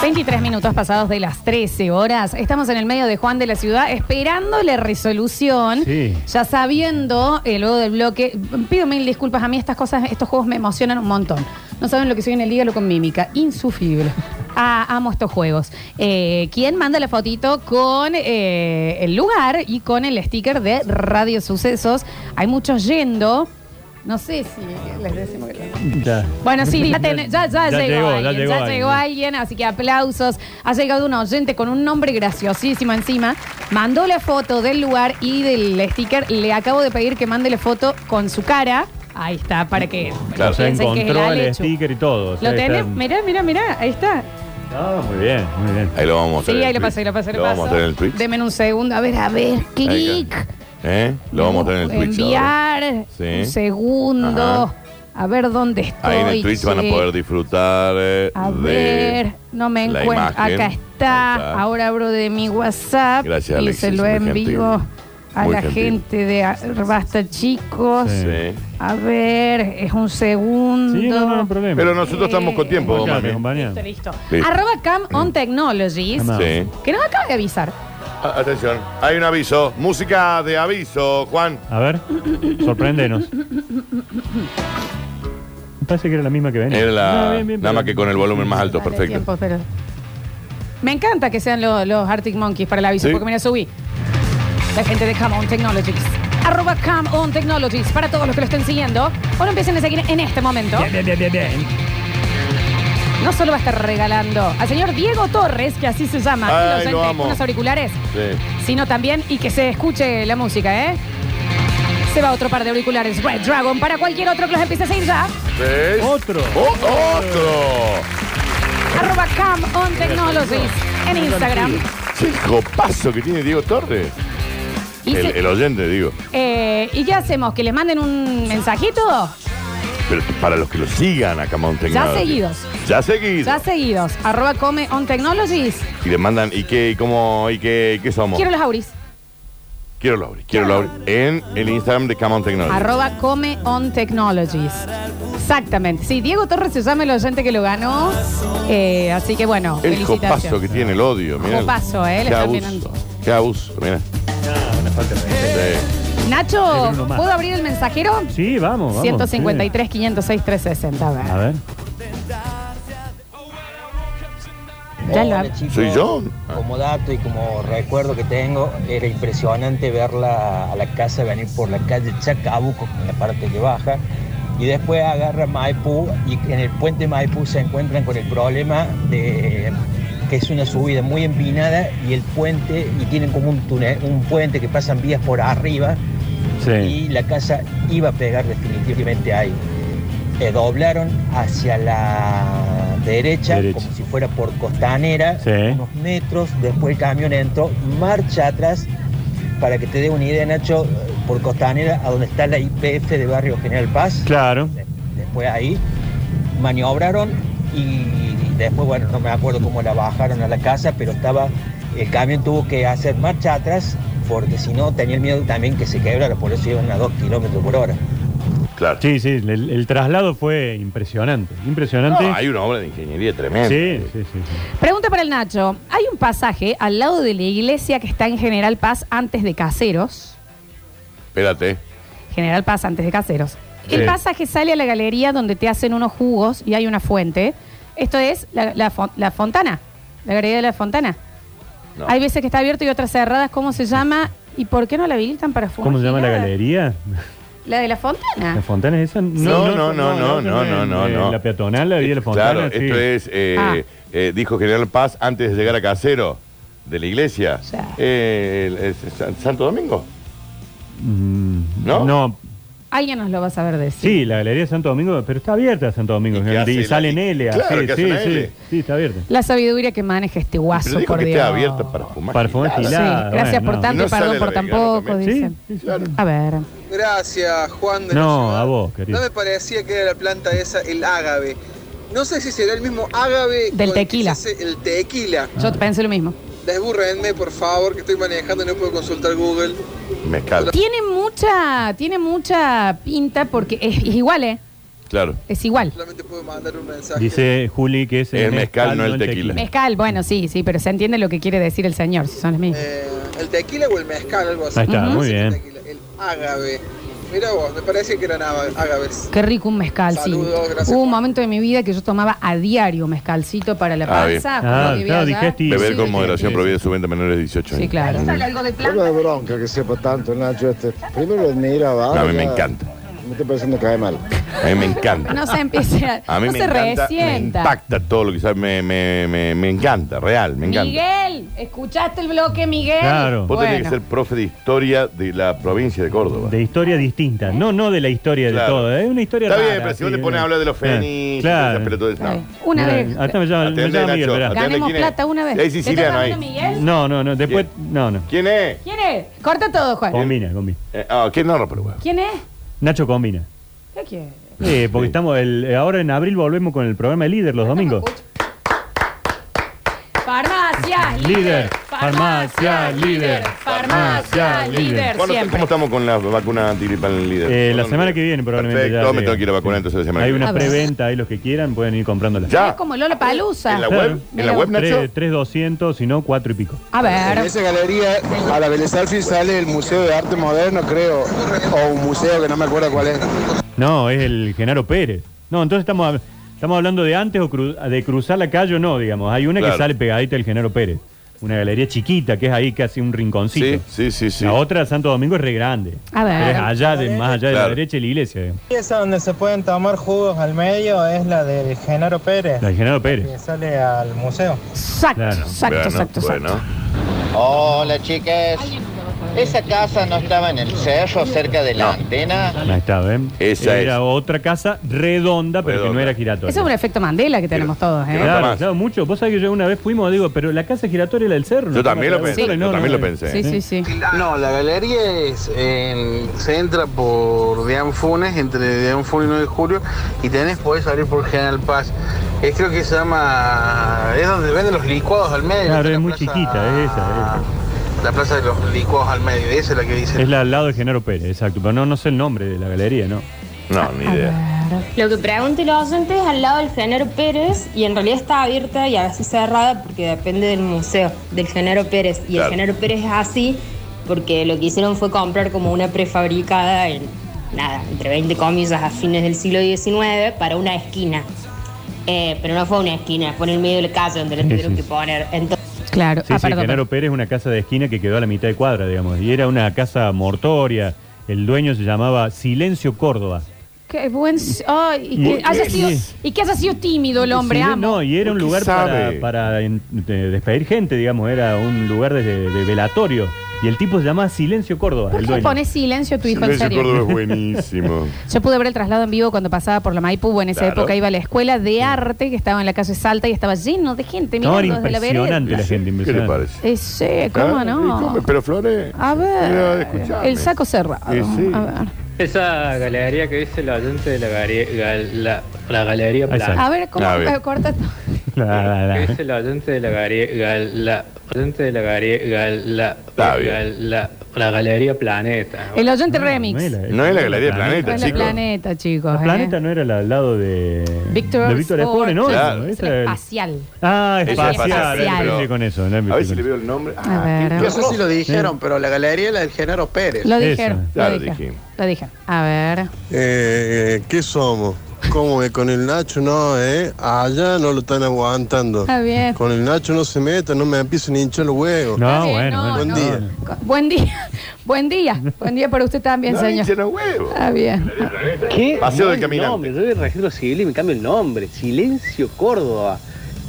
23 minutos pasados de las 13 horas. Estamos en el medio de Juan de la Ciudad esperando la resolución. Sí. Ya sabiendo, eh, luego del bloque, pido mil disculpas. A mí estas cosas, estos juegos me emocionan un montón. No saben lo que soy en el hígado con mímica. Insufrible. Ah, amo estos juegos. Eh, ¿Quién manda la fotito con eh, el lugar y con el sticker de Radio Sucesos? Hay muchos yendo. No sé si les decimos que... Ya. Bueno, sí, ya, ten- ya- ya Ya llegó, llegó, ya alguien, ya llegó llegó, alguien. alguien, así que aplausos. Ha llegado un oyente con un nombre graciosísimo encima. Mandó la foto del lugar y del sticker. Le acabo de pedir que mande la foto con su cara. Ahí está, para que O sea, piensen que es encontró el, Alechu. sticker y todo. o sea, Lo está- tenés, mirá, mirá, mirá, ahí está. Ah, muy bien, muy bien. Ahí lo vamos a mostrar. Sí, en el ahí lo tweet. pasé, lo pasé, lo, Lo vamos a paso. mostrar en el tweet. Deme un segundo, a ver, a ver, Ahí clic. está. ¿Eh? Lo vamos a mostrar en el Twitch. ahora. Enviar, Sí. un segundo, Ajá. a ver dónde estoy. Ahí en el Twitch van a che. poder disfrutar eh, A de. ver, no me la encuentro. imagen. Acá está. Ahí está. Ahora abro de mi WhatsApp Gracias, y Alexis, se lo muy envío gentil. a Muy la gentil. gente de A- Basta Chicos. Sí. Sí. A ver, es un segundo. Sí, no, no, no problema. Pero nosotros estamos con tiempo, Acá, mami. compañero. Listo, listo. Sí. Arroba Cam on Technologies. Amado. Sí. Que nos acaba de avisar. A- Atención, hay un aviso. Música de aviso, Juan. A ver, sorpréndenos. Me parece que era la misma que venía. Era la- Ah, bien, bien, nada más bien. que con el volumen más alto, Dale, perfecto. tiempo, pero- Me encanta que sean lo- los Arctic Monkeys para el aviso, Sí. porque mira, subí. La gente de Come On Technologies. Arroba Come On Technologies para todos los que lo estén siguiendo. O lo empiecen a seguir en este momento. Bien, bien, bien, bien, bien. No solo va a estar regalando al señor Diego Torres, que así se llama, Ay, el oyente, lo amo. unos auriculares, Sí. sino también y que se escuche la música, ¿eh? Se va otro par de auriculares Red Dragon para cualquier otro que los empiece a seguir ya. ¿Ves? Otro. O- ¡Otro! Arroba Come On Technologies en Instagram. Che, el copazo que tiene Diego Torres. Y El, se- el oyente, digo. Eh, ¿Y qué hacemos? ¿Que les manden un mensajito? Pero para los que lo sigan acá, Mountain Ya seguidos. Ya seguidos. Ya seguidos. Arroba Come On Technologies. Y le mandan, ¿y qué, y cómo, y qué, qué somos? Quiero los auris. Quiero Lauri, quiero Lauri. En el Instagram de Camon Technology. Arroba Come On Technologies. Exactamente. Sí, Diego Torres se llama el oyente que lo ganó. Eh, así que bueno, el copazo que felicitaciones. tiene el odio, mira. Copazo, eh, le Qué están abuso, mirando. qué abuso, mira. Ah, una falta de- Sí. Nacho, Es uno más. ¿puedo abrir el mensajero? Sí, vamos, vamos. 153, 506, 360. A ver. sí. A ver. Ya lo- Hola, chicos. ¿Soy yo? Ah. Como dato y como recuerdo que tengo, era impresionante verla a la casa venir por la calle Chacabuco, en la parte que baja, y después agarra Maipú y en el puente Maipú se encuentran con el problema de que es una subida muy empinada y el puente, y tienen como un túnel, un puente que pasan vías por arriba, Sí. y la casa iba a pegar definitivamente ahí. Eh, doblaron hacia la derecha, Derecha. como si fuera por costanera, Sí. unos metros, después el camión entró, marcha atrás, para que te dé una idea, Nacho, por costanera, a donde está la IPF de Barrio General Paz. Claro. De- Después ahí maniobraron y después, bueno, no me acuerdo cómo la bajaron a la casa, pero estaba, el camión tuvo que hacer marcha atrás porque si no tenía el miedo también que se quebrara, por eso iban a dos kilómetros por hora. Claro. Sí, sí, el, el traslado fue impresionante. Impresionante. No, hay una obra de ingeniería tremenda. sí, sí, sí, sí. Pregunta para el Nacho. Hay un pasaje al lado de la iglesia que está en General Paz antes de Caseros. Espérate. General Paz antes de Caseros. El Sí. pasaje sale a la galería donde te hacen unos jugos y hay una fuente. Esto es la, la fon- la fontana, la galería de la fontana. No. Hay veces que está abierto y otras cerradas. ¿Cómo se llama? ¿Y por qué no la habilitan para fumar? ¿Cómo se llama la galería? La de la fontana. ¿La fontana es esa? No, no, no, no, no, no, no, eh, no. La peatonal, la vía de la fontana. Eh, Claro, sí. esto es, eh, Ah. eh, dijo General Paz antes de llegar a Casero, de la iglesia. Ya. Eh, el- es- es San- ¿Santo Domingo? Mm, ¿No? No, Alguien nos lo va a saber decir. sí, la galería de Santo Domingo, pero está abierta Santo Domingo. ¿Y qué generalmente, Y, hace la- sale en L. Claro, así, que hace sí, una sí, L. sí, está abierta. La sabiduría que maneja este guaso, Pero dijo por que Dios. está abierta para fumar. Para fumar Sí, gilada. Claro, gracias bueno, por tanto no. y No sale perdón la por vegana tampoco, también. dicen. Sí, sí, sí. A ver. Gracias, Juan de la No, Ciudad. a vos, querido. No me parecía que era la planta esa, el ágave. No sé si será el mismo Del ágave. con el que tequila. se hace El tequila. Yo pensé lo mismo. Desburrenme, por favor, que estoy manejando y no puedo consultar Google. Mezcal. Tiene mucha, tiene mucha pinta porque es, es igual, ¿eh? Claro. Es igual. Solamente puedo mandar un mensaje. Dice Juli que es El mezcal, no el tequila. Mezcal, bueno, sí, sí, pero se entiende lo que quiere decir el señor, si son los mismos. Eh, el tequila o el mezcal, algo así. Ahí está, Parece muy que bien. tequila, El agave. Mira vos, me parece que eran ava- agaves. Qué rico un mezcal, sí. Saludos, gracias, Hubo un Juan. momento de mi vida que yo tomaba a diario mezcalcito para la Ah, bien. panza. cuando Ah, vivía claro, allá. digestivo. Beber con Sí, moderación sí, prohibida su venta menores de 18 años. Mm. Sí, claro. Pero de bronca que sepa tanto, Nacho. Este. Primero lo admiraba. No, a mí me ahora encanta. Me estoy pensando que cae mal. A mí me encanta. No se empiece a, A mí no me se encanta, me resienta. impacta todo lo que sabe, me, me, me, me encanta, real, me encanta. Miguel, ¿escuchaste el bloque, Miguel? Claro. Vos tenés que Bueno. ser profe de historia de la provincia de Córdoba. De historia distinta, no no de la historia Claro. de todo, ¿eh? es una historia Está rara, bien, pero si vos sí, te pones a hablar de los claro, fenix, Claro. pero todo eso, Está bien. no. Una Mira, vez. Hasta me llama, me Atende, llama Miguel, Nacho, verá. atende. Ganemos ¿quién es? plata una vez. Es siciliano ¿Te ahí. estás hablando, Miguel? No, no, no, después, no, no. ¿Quién es? ¿Quién es? Corta todo, Juan. Combina, combina. Eh, ah, ¿Quién no, no, pero bueno. ¿Quién es? Nacho combina. ¿Qué quiere? Sí, porque Sí. estamos el, eh, ahora en abril volvemos con el programa de líder los domingos. Farmacia, Líder, líder. farmacia, líder, farmacia, Farmacia, líder. Bueno, Siempre. ¿Cómo estamos con la vacuna antigripal líder? Eh, la ¿Dónde? semana que viene probablemente. Perfecto, ya me llegue. tengo que ir a vacunar Sí. entonces la semana Hay que una viene. preventa, ahí los que quieran pueden ir comprándola. Ya. Es como Lola Palusa. ¿En la web? ¿En la web, Nacho? Tres- 3.200, si no, 4 y pico. A En ver. esa galería, a la Vélez Alfil sale el Museo de Arte Moderno, creo. O un museo que no me acuerdo cuál es. No, es el Genaro Pérez. No, entonces estamos, hab- estamos hablando de antes o cru- de cruzar la calle o no, digamos. Hay una Claro. que sale pegadita del Genaro Pérez. Una galería chiquita que es ahí casi un rinconcito. Sí, sí, sí, sí. La otra, Santo Domingo, es re grande. A ver. Pero es allá, de, más allá de la Claro. derecha de la iglesia. digamos. Esa donde se pueden tomar jugos al medio es la del Genaro Pérez, La del Genaro Pérez. que sale al museo. Exacto, Claro. exacto, Bueno, exacto, bueno. exacto. Hola chicas, ¿esa casa no estaba en el cerro cerca de la No. antena? Ahí está, ¿ven? Esa Era es. otra casa redonda, pero que Redonda. no era giratoria. Ese es un efecto Mandela que tenemos todos, que no ¿eh? está Claro, más. claro, mucho. Vos sabés que yo una vez fuimos, digo, pero la casa giratoria era del cerro. Yo también lo pensé, No, yo no, también lo no. pensé. Sí, sí, sí. No, la galería es en- se entra por Deán Funes, entre Eh, Deán Funes y 9 de julio, y tenés, podés salir por General Paz. Es creo que se llama, es donde venden los licuados al medio. Claro, la es muy chiquita, es esa, La plaza de los licuados al medio, esa es la que dice. Es la al lado de Genaro Pérez, exacto. Pero no, no sé el nombre de la galería, ¿no? No, ni idea. Lo que pregunta el docente es al lado del Genaro Pérez y en realidad está abierta y a veces cerrada porque depende del museo del Genaro Pérez. Y Claro. el Genaro Pérez es así porque lo que hicieron fue comprar como una prefabricada en, nada, entre 20 comillas a fines del siglo XIX para una esquina. Eh, pero no fue una esquina, fue en el medio de la calle donde la Sí, tuvieron sí, que sí. poner. Entonces, Claro. Sí, ah, sí, perdón, Genaro perdón. Pérez es una casa de esquina que quedó a la mitad de cuadra, digamos. Y era una casa mortoria. El dueño se llamaba Silencio Córdoba. Qué buen. ay, y, que Muy haya bien. sido, y que haya sido tímido el hombre, Sí, amo. No, y era un ¿Por qué lugar para, sabe? para en- de- despedir gente, digamos. Era un lugar de, de velatorio. Y el tipo se llamaba Silencio Córdoba, ¿Por el qué dueño. pones silencio a tu hijo en Silencio serio? Córdoba es buenísimo. Yo pude ver el traslado en vivo cuando pasaba por la Maipú. En esa Claro. época iba a la escuela de arte que estaba en la calle Salta y estaba lleno de gente No, mirando era desde la vereda. impresionante la gente, ¿Qué le impresionante. parece? Eh, sí, ¿cómo ¿Ah? ¿Y no? Ah. cómo? Pero Flores. A mira, ver, escuchame. el saco cerrado. Sí, sí. A ver, Esa galería que dice la gente de la, gare- gal- la, la galería Ahí sale. Plan. a ver cómo A ver. eh, corta. La- la- ¿eh? la- Que dice la gente de la gare- gal- la gente de la gare- gal- la, Está bien. gal- la, la galería Planeta. El oyente No remix. es la, Es No es la Galería Planeta, la chicos. planeta, chicos. La eh. planeta no era la- al lado de Víctor de Víctor Espone, ¿no? Claro. Es Esa la era- espacial. Ah, Esa es espacial. espacial. ahí empecé con eso. no empecé A ver si con le eso. veo el nombre. Ah, A ver. qué No sé si horror. lo dijeron, pero la galería es la del Genaro Pérez. Lo Eso. dijeron. Ya lo lo dijeron. dijimos. Lo dijeron. A ver. Eh, ¿Qué somos? ¿Cómo es? Con el Nacho no, ¿eh? Allá no lo están aguantando. Está bien. Con el Nacho no se metan, no me empiecen a hinchar los huevos. No, Está bien, bueno, bueno. Buen día. Co- Buen día. Buen día. Buen día para usted también, No, señor. hinchen los huevos. Está bien. ¿Qué? Paseo del Caminante. Nombre, yo registro civil y me cambio el nombre. Silencio Córdoba.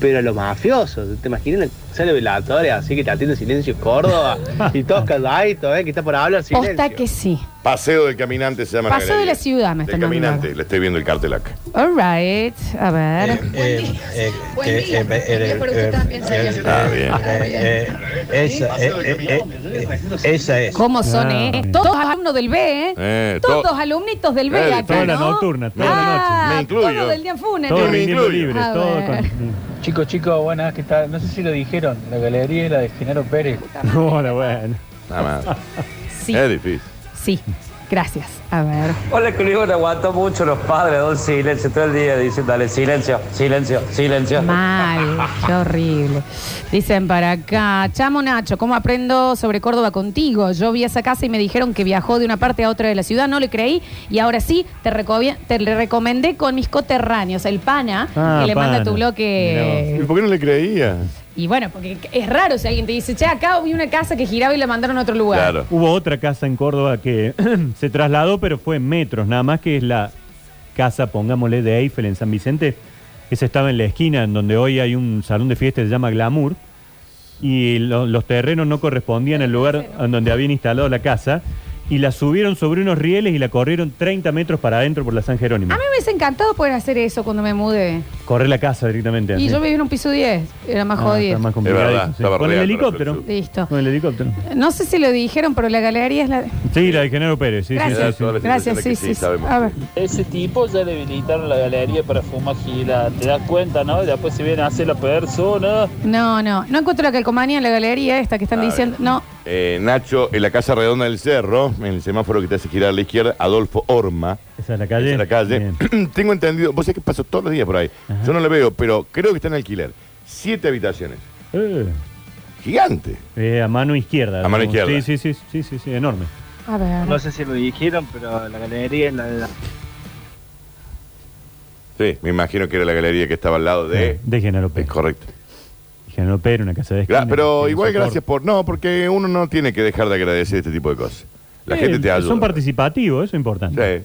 Pero a los mafiosos, ¿te imaginas? Sale velatoria, así que te atiende Silencio Córdoba. y todos calladitos, ¿eh? Que está por hablar silencio. Posta que sí. Paseo del Caminante se llama. la Paseo de galería. la Ciudad me Del están mandando. Caminante, le estoy viendo el cartel acá. All right. A ver. Eh, eh, Buen que, día. eh, Buen eh, día para usted eh, también, eh, señor. Ah, bien. eh, eh, Esa eh, eh, eh, esa es. ¿Cómo son, Ah, eh? bien. Todos alumnos del B, ¿eh? Eh, todos to- alumnitos del B Eh, acá, toda la ¿no? nocturna, toda la ah, noche. Me incluyo. Todo del día en Funes. Todo me rindiendo incluyo. libres, A todo ver. con. Chicos, chicos, buenas, ¿qué tal? No sé si lo dijeron, la galería es la de Genaro Pérez. Hola, bueno. Nada más. Sí, Es difícil. sí. Gracias. A ver. Hola, escribo, le aguantó mucho los padres, don silencio, todo el día dicen, dale, silencio, silencio, silencio. Mal, qué horrible. Dicen para acá, chamo Nacho, ¿cómo aprendo sobre Córdoba contigo? Yo vi esa casa y me dijeron que viajó de una parte a otra de la ciudad, no le creí y ahora sí te, recobie- te le recomendé con mis coterráneos, el pana, Ah, que le manda pana. tu bloque. ¿Y por qué no le creía? Y bueno, porque es raro si alguien te dice, che, acá vi una casa que giraba y la mandaron a otro lugar. Hubo otra casa en Córdoba que se trasladó, pero fue en metros, nada más que es la casa, pongámosle, de Eiffel en San Vicente. Esa estaba en la esquina, en donde hoy hay un salón de fiestas que se llama Glamour. Y lo- los terrenos no correspondían al lugar en donde habían instalado la casa. Y la subieron sobre unos rieles y la corrieron 30 metros para adentro por la San Jerónimo. A mí me hubiese encantado poder hacer eso cuando me mudé. Correr la casa directamente. Y así. yo viví en un piso 10, era más Ah, jodido. está más complicado Es verdad, eso, sí. estaba Con el real, helicóptero. Listo. Con el helicóptero. No sé si lo dijeron, pero la galería es la... de- Sí, la de Genaro Pérez. Sí, sí, Gracias. sí, sí. Gracias, sí, sí. sí. A ver. Ese tipo ya debilitaron la galería para fumar gila. Te das cuenta, ¿no? Y después se viene a hacer la persona. No, no, no encuentro la calcomanía en la galería esta que están diciendo. No, Eh, Nacho, en la Casa Redonda del Cerro, en el semáforo que te hace girar a la izquierda, Adolfo Orma. Esa es la calle. Esa es la calle. Tengo entendido, vos sabés que paso todos los días por ahí. Yo no la veo, pero creo que está en alquiler. Siete habitaciones. Eh, Gigante. eh, a mano izquierda. A mano izquierda. Sí, sí, sí, sí, sí, sí, enorme. a ver. No sé si lo dijeron, pero la galería es la de la... Sí, me imagino que era la galería que estaba al lado de. De Genaro Pérez. correcto. Genaro Pérez, una casa de esquina. Gra- pero que igual socorro. gracias por. No, porque uno no tiene que dejar de agradecer este tipo de cosas. La Eh, gente te ayuda. Son participativos, eso es importante. Sí,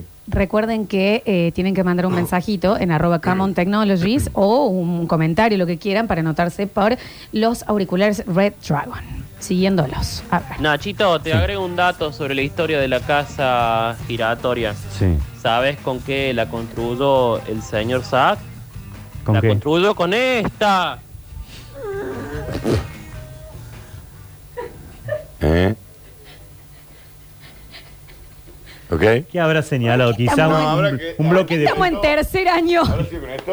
sí. Recuerden que eh, tienen que mandar un mensajito en arroba Camon Technologies o un comentario, lo que quieran, para anotarse por los auriculares Red Dragon. Siguiéndolos. A ver. Nachito, te agrego un dato sobre la historia de la casa giratoria. Sí. ¿Sabes con qué la construyó el señor Saad? ¿Con la qué? construyó con esta. ¿Eh? ¿Ok? ¿Qué habrá señalado? Quizá estamos un, en- un- Habrá un bloque de. Estamos en tercer año.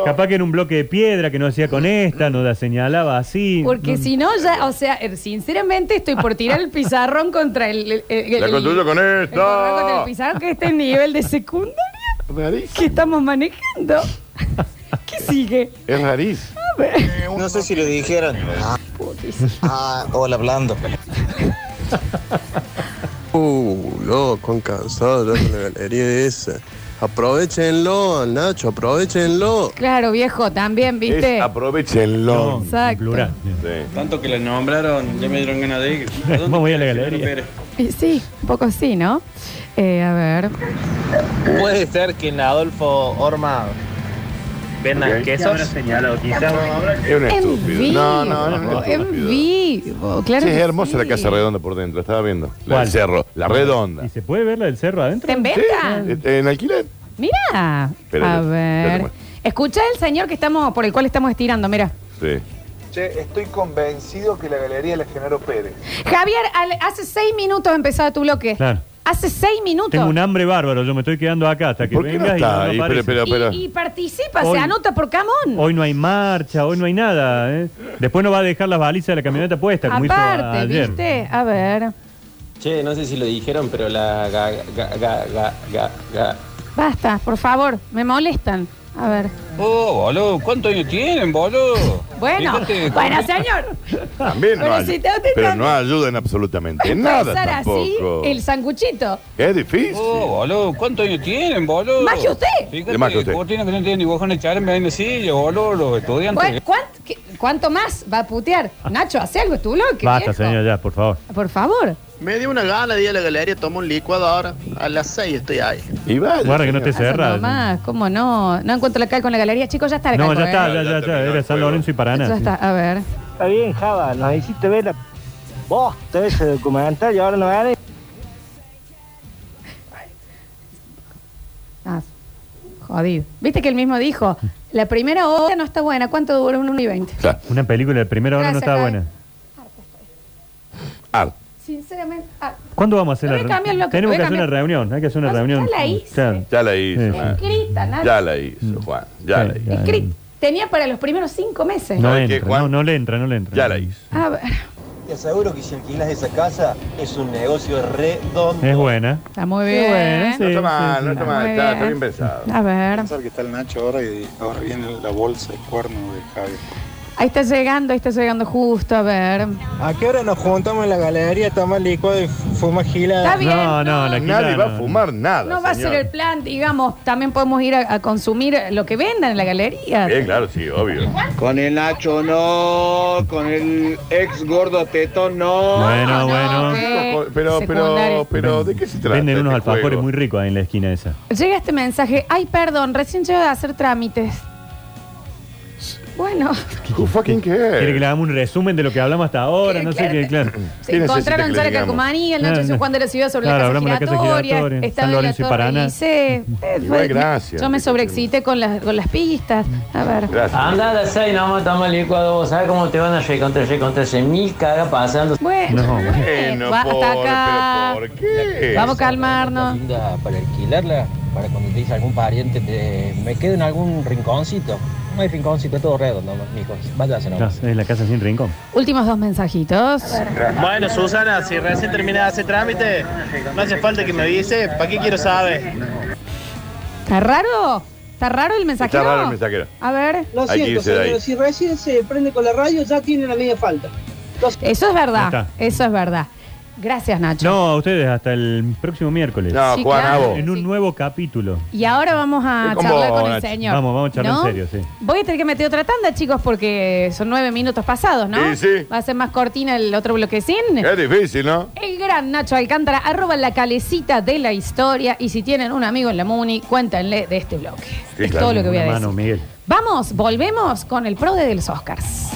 Capaz que era un bloque de piedra que no hacía con esta, no la señalaba así. Porque no- si no, ya, o sea, eh, sinceramente estoy por tirar el pizarrón contra el. el- el- La el- construyo con el correo contra el esto. pizarrón que este nivel de secundaria que estamos manejando. ¿Qué sigue? Es rarísimo. No sé si lo dijeron. Ah, hola, Blando. Uh, loco, han cansado ya con la galería esa. Aprovechenlo, Nacho, aprovechenlo. Claro, viejo, también, ¿viste? aprovechenlo. Exacto. plural. Tanto que le nombraron, ya me dieron ganas de ir. Vamos voy a la galería. Y sí, un poco sí, ¿no? Eh, a ver. Puede ser que en Adolfo Orma vendan Ok. quesos. Ahora señalado, quizás. Es un En estúpido. vivo. No, no, no, no. en vivo, claro. Sí, es que hermosa la sí. casa redonda por dentro, estaba viendo. La ¿Cuál? del cerro, la redonda. ¿Y se puede ver la del cerro adentro? ¿Está en venta? Eh, En alquiler. Mira. Pero a yo- yo te ver. muestro. Escucha el señor que estamos, por el cual estamos estirando, mira. Sí. Che, estoy convencido que la galería la generó Pérez. Javier, al- hace seis minutos empezaba tu bloque. Claro. Hace seis minutos. Tengo un hambre bárbaro, yo me estoy quedando acá hasta que ¿Por qué no vengas y está no ahí? aparece. Pero, pero, pero. Y, y participa, Hoy- se anota por camón. Hoy no hay marcha, hoy no hay nada. ¿eh? Después no va a dejar las balizas de la camioneta puesta, como hizo Aparte, ayer. ¿viste? A ver. Che, no sé si lo dijeron, pero la ga, ga, ga, ga, ga, ga- Basta, por favor, me molestan. A ver. Oh, boludo, ¿cuántos años tienen, boludo? Bueno, Fíjate, bueno, señor. También no Pero ay- si te usted pero también. no ayudan absolutamente en nada Pasar así tampoco. el sanguchito. Es difícil. Oh, boludo, ¿cuántos años tienen, boludo? Más que usted. Fíjate, Es más que usted. Cortina que no tiene ni bojones de charme ahí en el sillo, boludo, los estudiantes. ¿Cuán- cuánt- qué- ¿Cuánto más va a putear? Nacho, hace algo, es tu bloque. Basta, viejo. señor, ya, por favor. Por favor. Me dio una gana de ir a la galería, tomo un licuado ahora. A las 6 estoy ahí. Y vaya, Guarda que no te Hace cerra. nomás, ¿Cómo no? No encuentro la cal con la galería. Chicos, ya está la No, calco, ya ¿eh? está, ya, ya, ya. Era San Lorenzo y Paraná. Ya está, a ver. Está bien, Java, nos hiciste ver la posta ese documental y ahora no ganes. Ah, jodido. Viste que él mismo dijo, la primera hora no está buena. ¿Cuánto dura? Un 1 y 20. Una película de primera hora no Gracias, estaba Javi. buena. Sinceramente, ah, ¿Cuándo vamos a hacer Voy a la cambiar lo reunión? que- Tenemos voy a que hacer una cambiar. reunión, hay que hacer una No, Ah, ya reunión. la hice. Claro. Ya la hizo, Sí. Nacho. escrita, Nacho. Ah, Ya la hizo, Juan. Ya la hizo. Escrita. Tenía para los primeros cinco meses. No ¿Sabes qué, entra, no, no le entra, no le entra. Ya la hizo. A ver. te aseguro que si alquilas esa casa es un negocio redondo. Es buena. Está muy Sí, bien. bueno, sí, No está mal, sí, no sí. está mal, muy está- está bien pensado. A ver. Pensar que está el Nacho ahora y ahora viene la bolsa de cuerno de Javier. Ahí está llegando, ahí está llegando justo, a ver. ¿A qué hora nos juntamos en la galería a tomar licuado y fuma gilada? Está bien, No, no, la Nadie va a fumar nada. No va a ser el plan, digamos, también podemos ir a, a consumir lo que vendan en la galería. Bien, Eh, claro, sí, obvio. Con el Nacho no, con el ex gordo teto no. Bueno, bueno. ok. Pero, Secundario. pero, pero, ¿de qué se trata? Venden unos este alfajores juego? muy ricos ahí en la esquina esa. Llega este mensaje, ay, perdón, recién llego de hacer trámites. Bueno, Who fucking cares? Quiere que le hagamos un resumen de lo que hablamos hasta ahora, no sé qué, claro. se encontraron ya la calcomanía, el Nacho Claro, San Juan de la Ciudad sobre claro, la hablamos de casa la casa giratoria, giratoria, estaba San en la Lorenzo y torre Paraná. Liceo. Eh, Igual, fue- gracias. Yo me sobreexcité con las, con las pistas. A ver. Anda a las seis, nomás estamos licuados. ¿Vos sabés cómo te van a recontra, recontra? Se mil caga pasando. Bueno, No, bueno. eh, va hasta acá. qué? Vamos a calmarnos. linda para alquilarla, para cuando te dice algún pariente, te- me quedo en algún rinconcito. No hay rinconcito, es todo redondo, mijo. Váyase No, nomás. es la casa sin rincón. Últimos dos mensajitos. Bueno, Susana, si recién terminé de hacer trámite, no hace falta que me avise, ¿para qué quiero saber? ¿Está raro? ¿Está raro el mensajero? Está raro el mensajero. A ver. Lo Hay que siento, irse de ahí. señor. Si recién se prende con la radio, ya tiene la media falta. Eso es Ahí verdad. Eso es verdad. Gracias, Nacho. No, a ustedes hasta el próximo miércoles. No, Sí, Juan, claro. a vos. En un nuevo capítulo. Y ahora vamos a Estoy con charlar vos, con el Nacho. señor. Vamos, vamos a charlar en ¿No? serio, sí. Voy a tener que meter otra tanda, chicos, porque son nueve minutos pasados, ¿no? Sí, sí. Va a ser más cortina el otro bloquecín. Es difícil, ¿no? El gran Nacho Alcántara, arroba la calecita de la historia. Y si tienen un amigo en la MUNI, cuéntenle de este bloque. Sí, es claro. todo lo que voy a Una decir. mano, Miguel. Vamos, volvemos con el PRODE de los Oscars.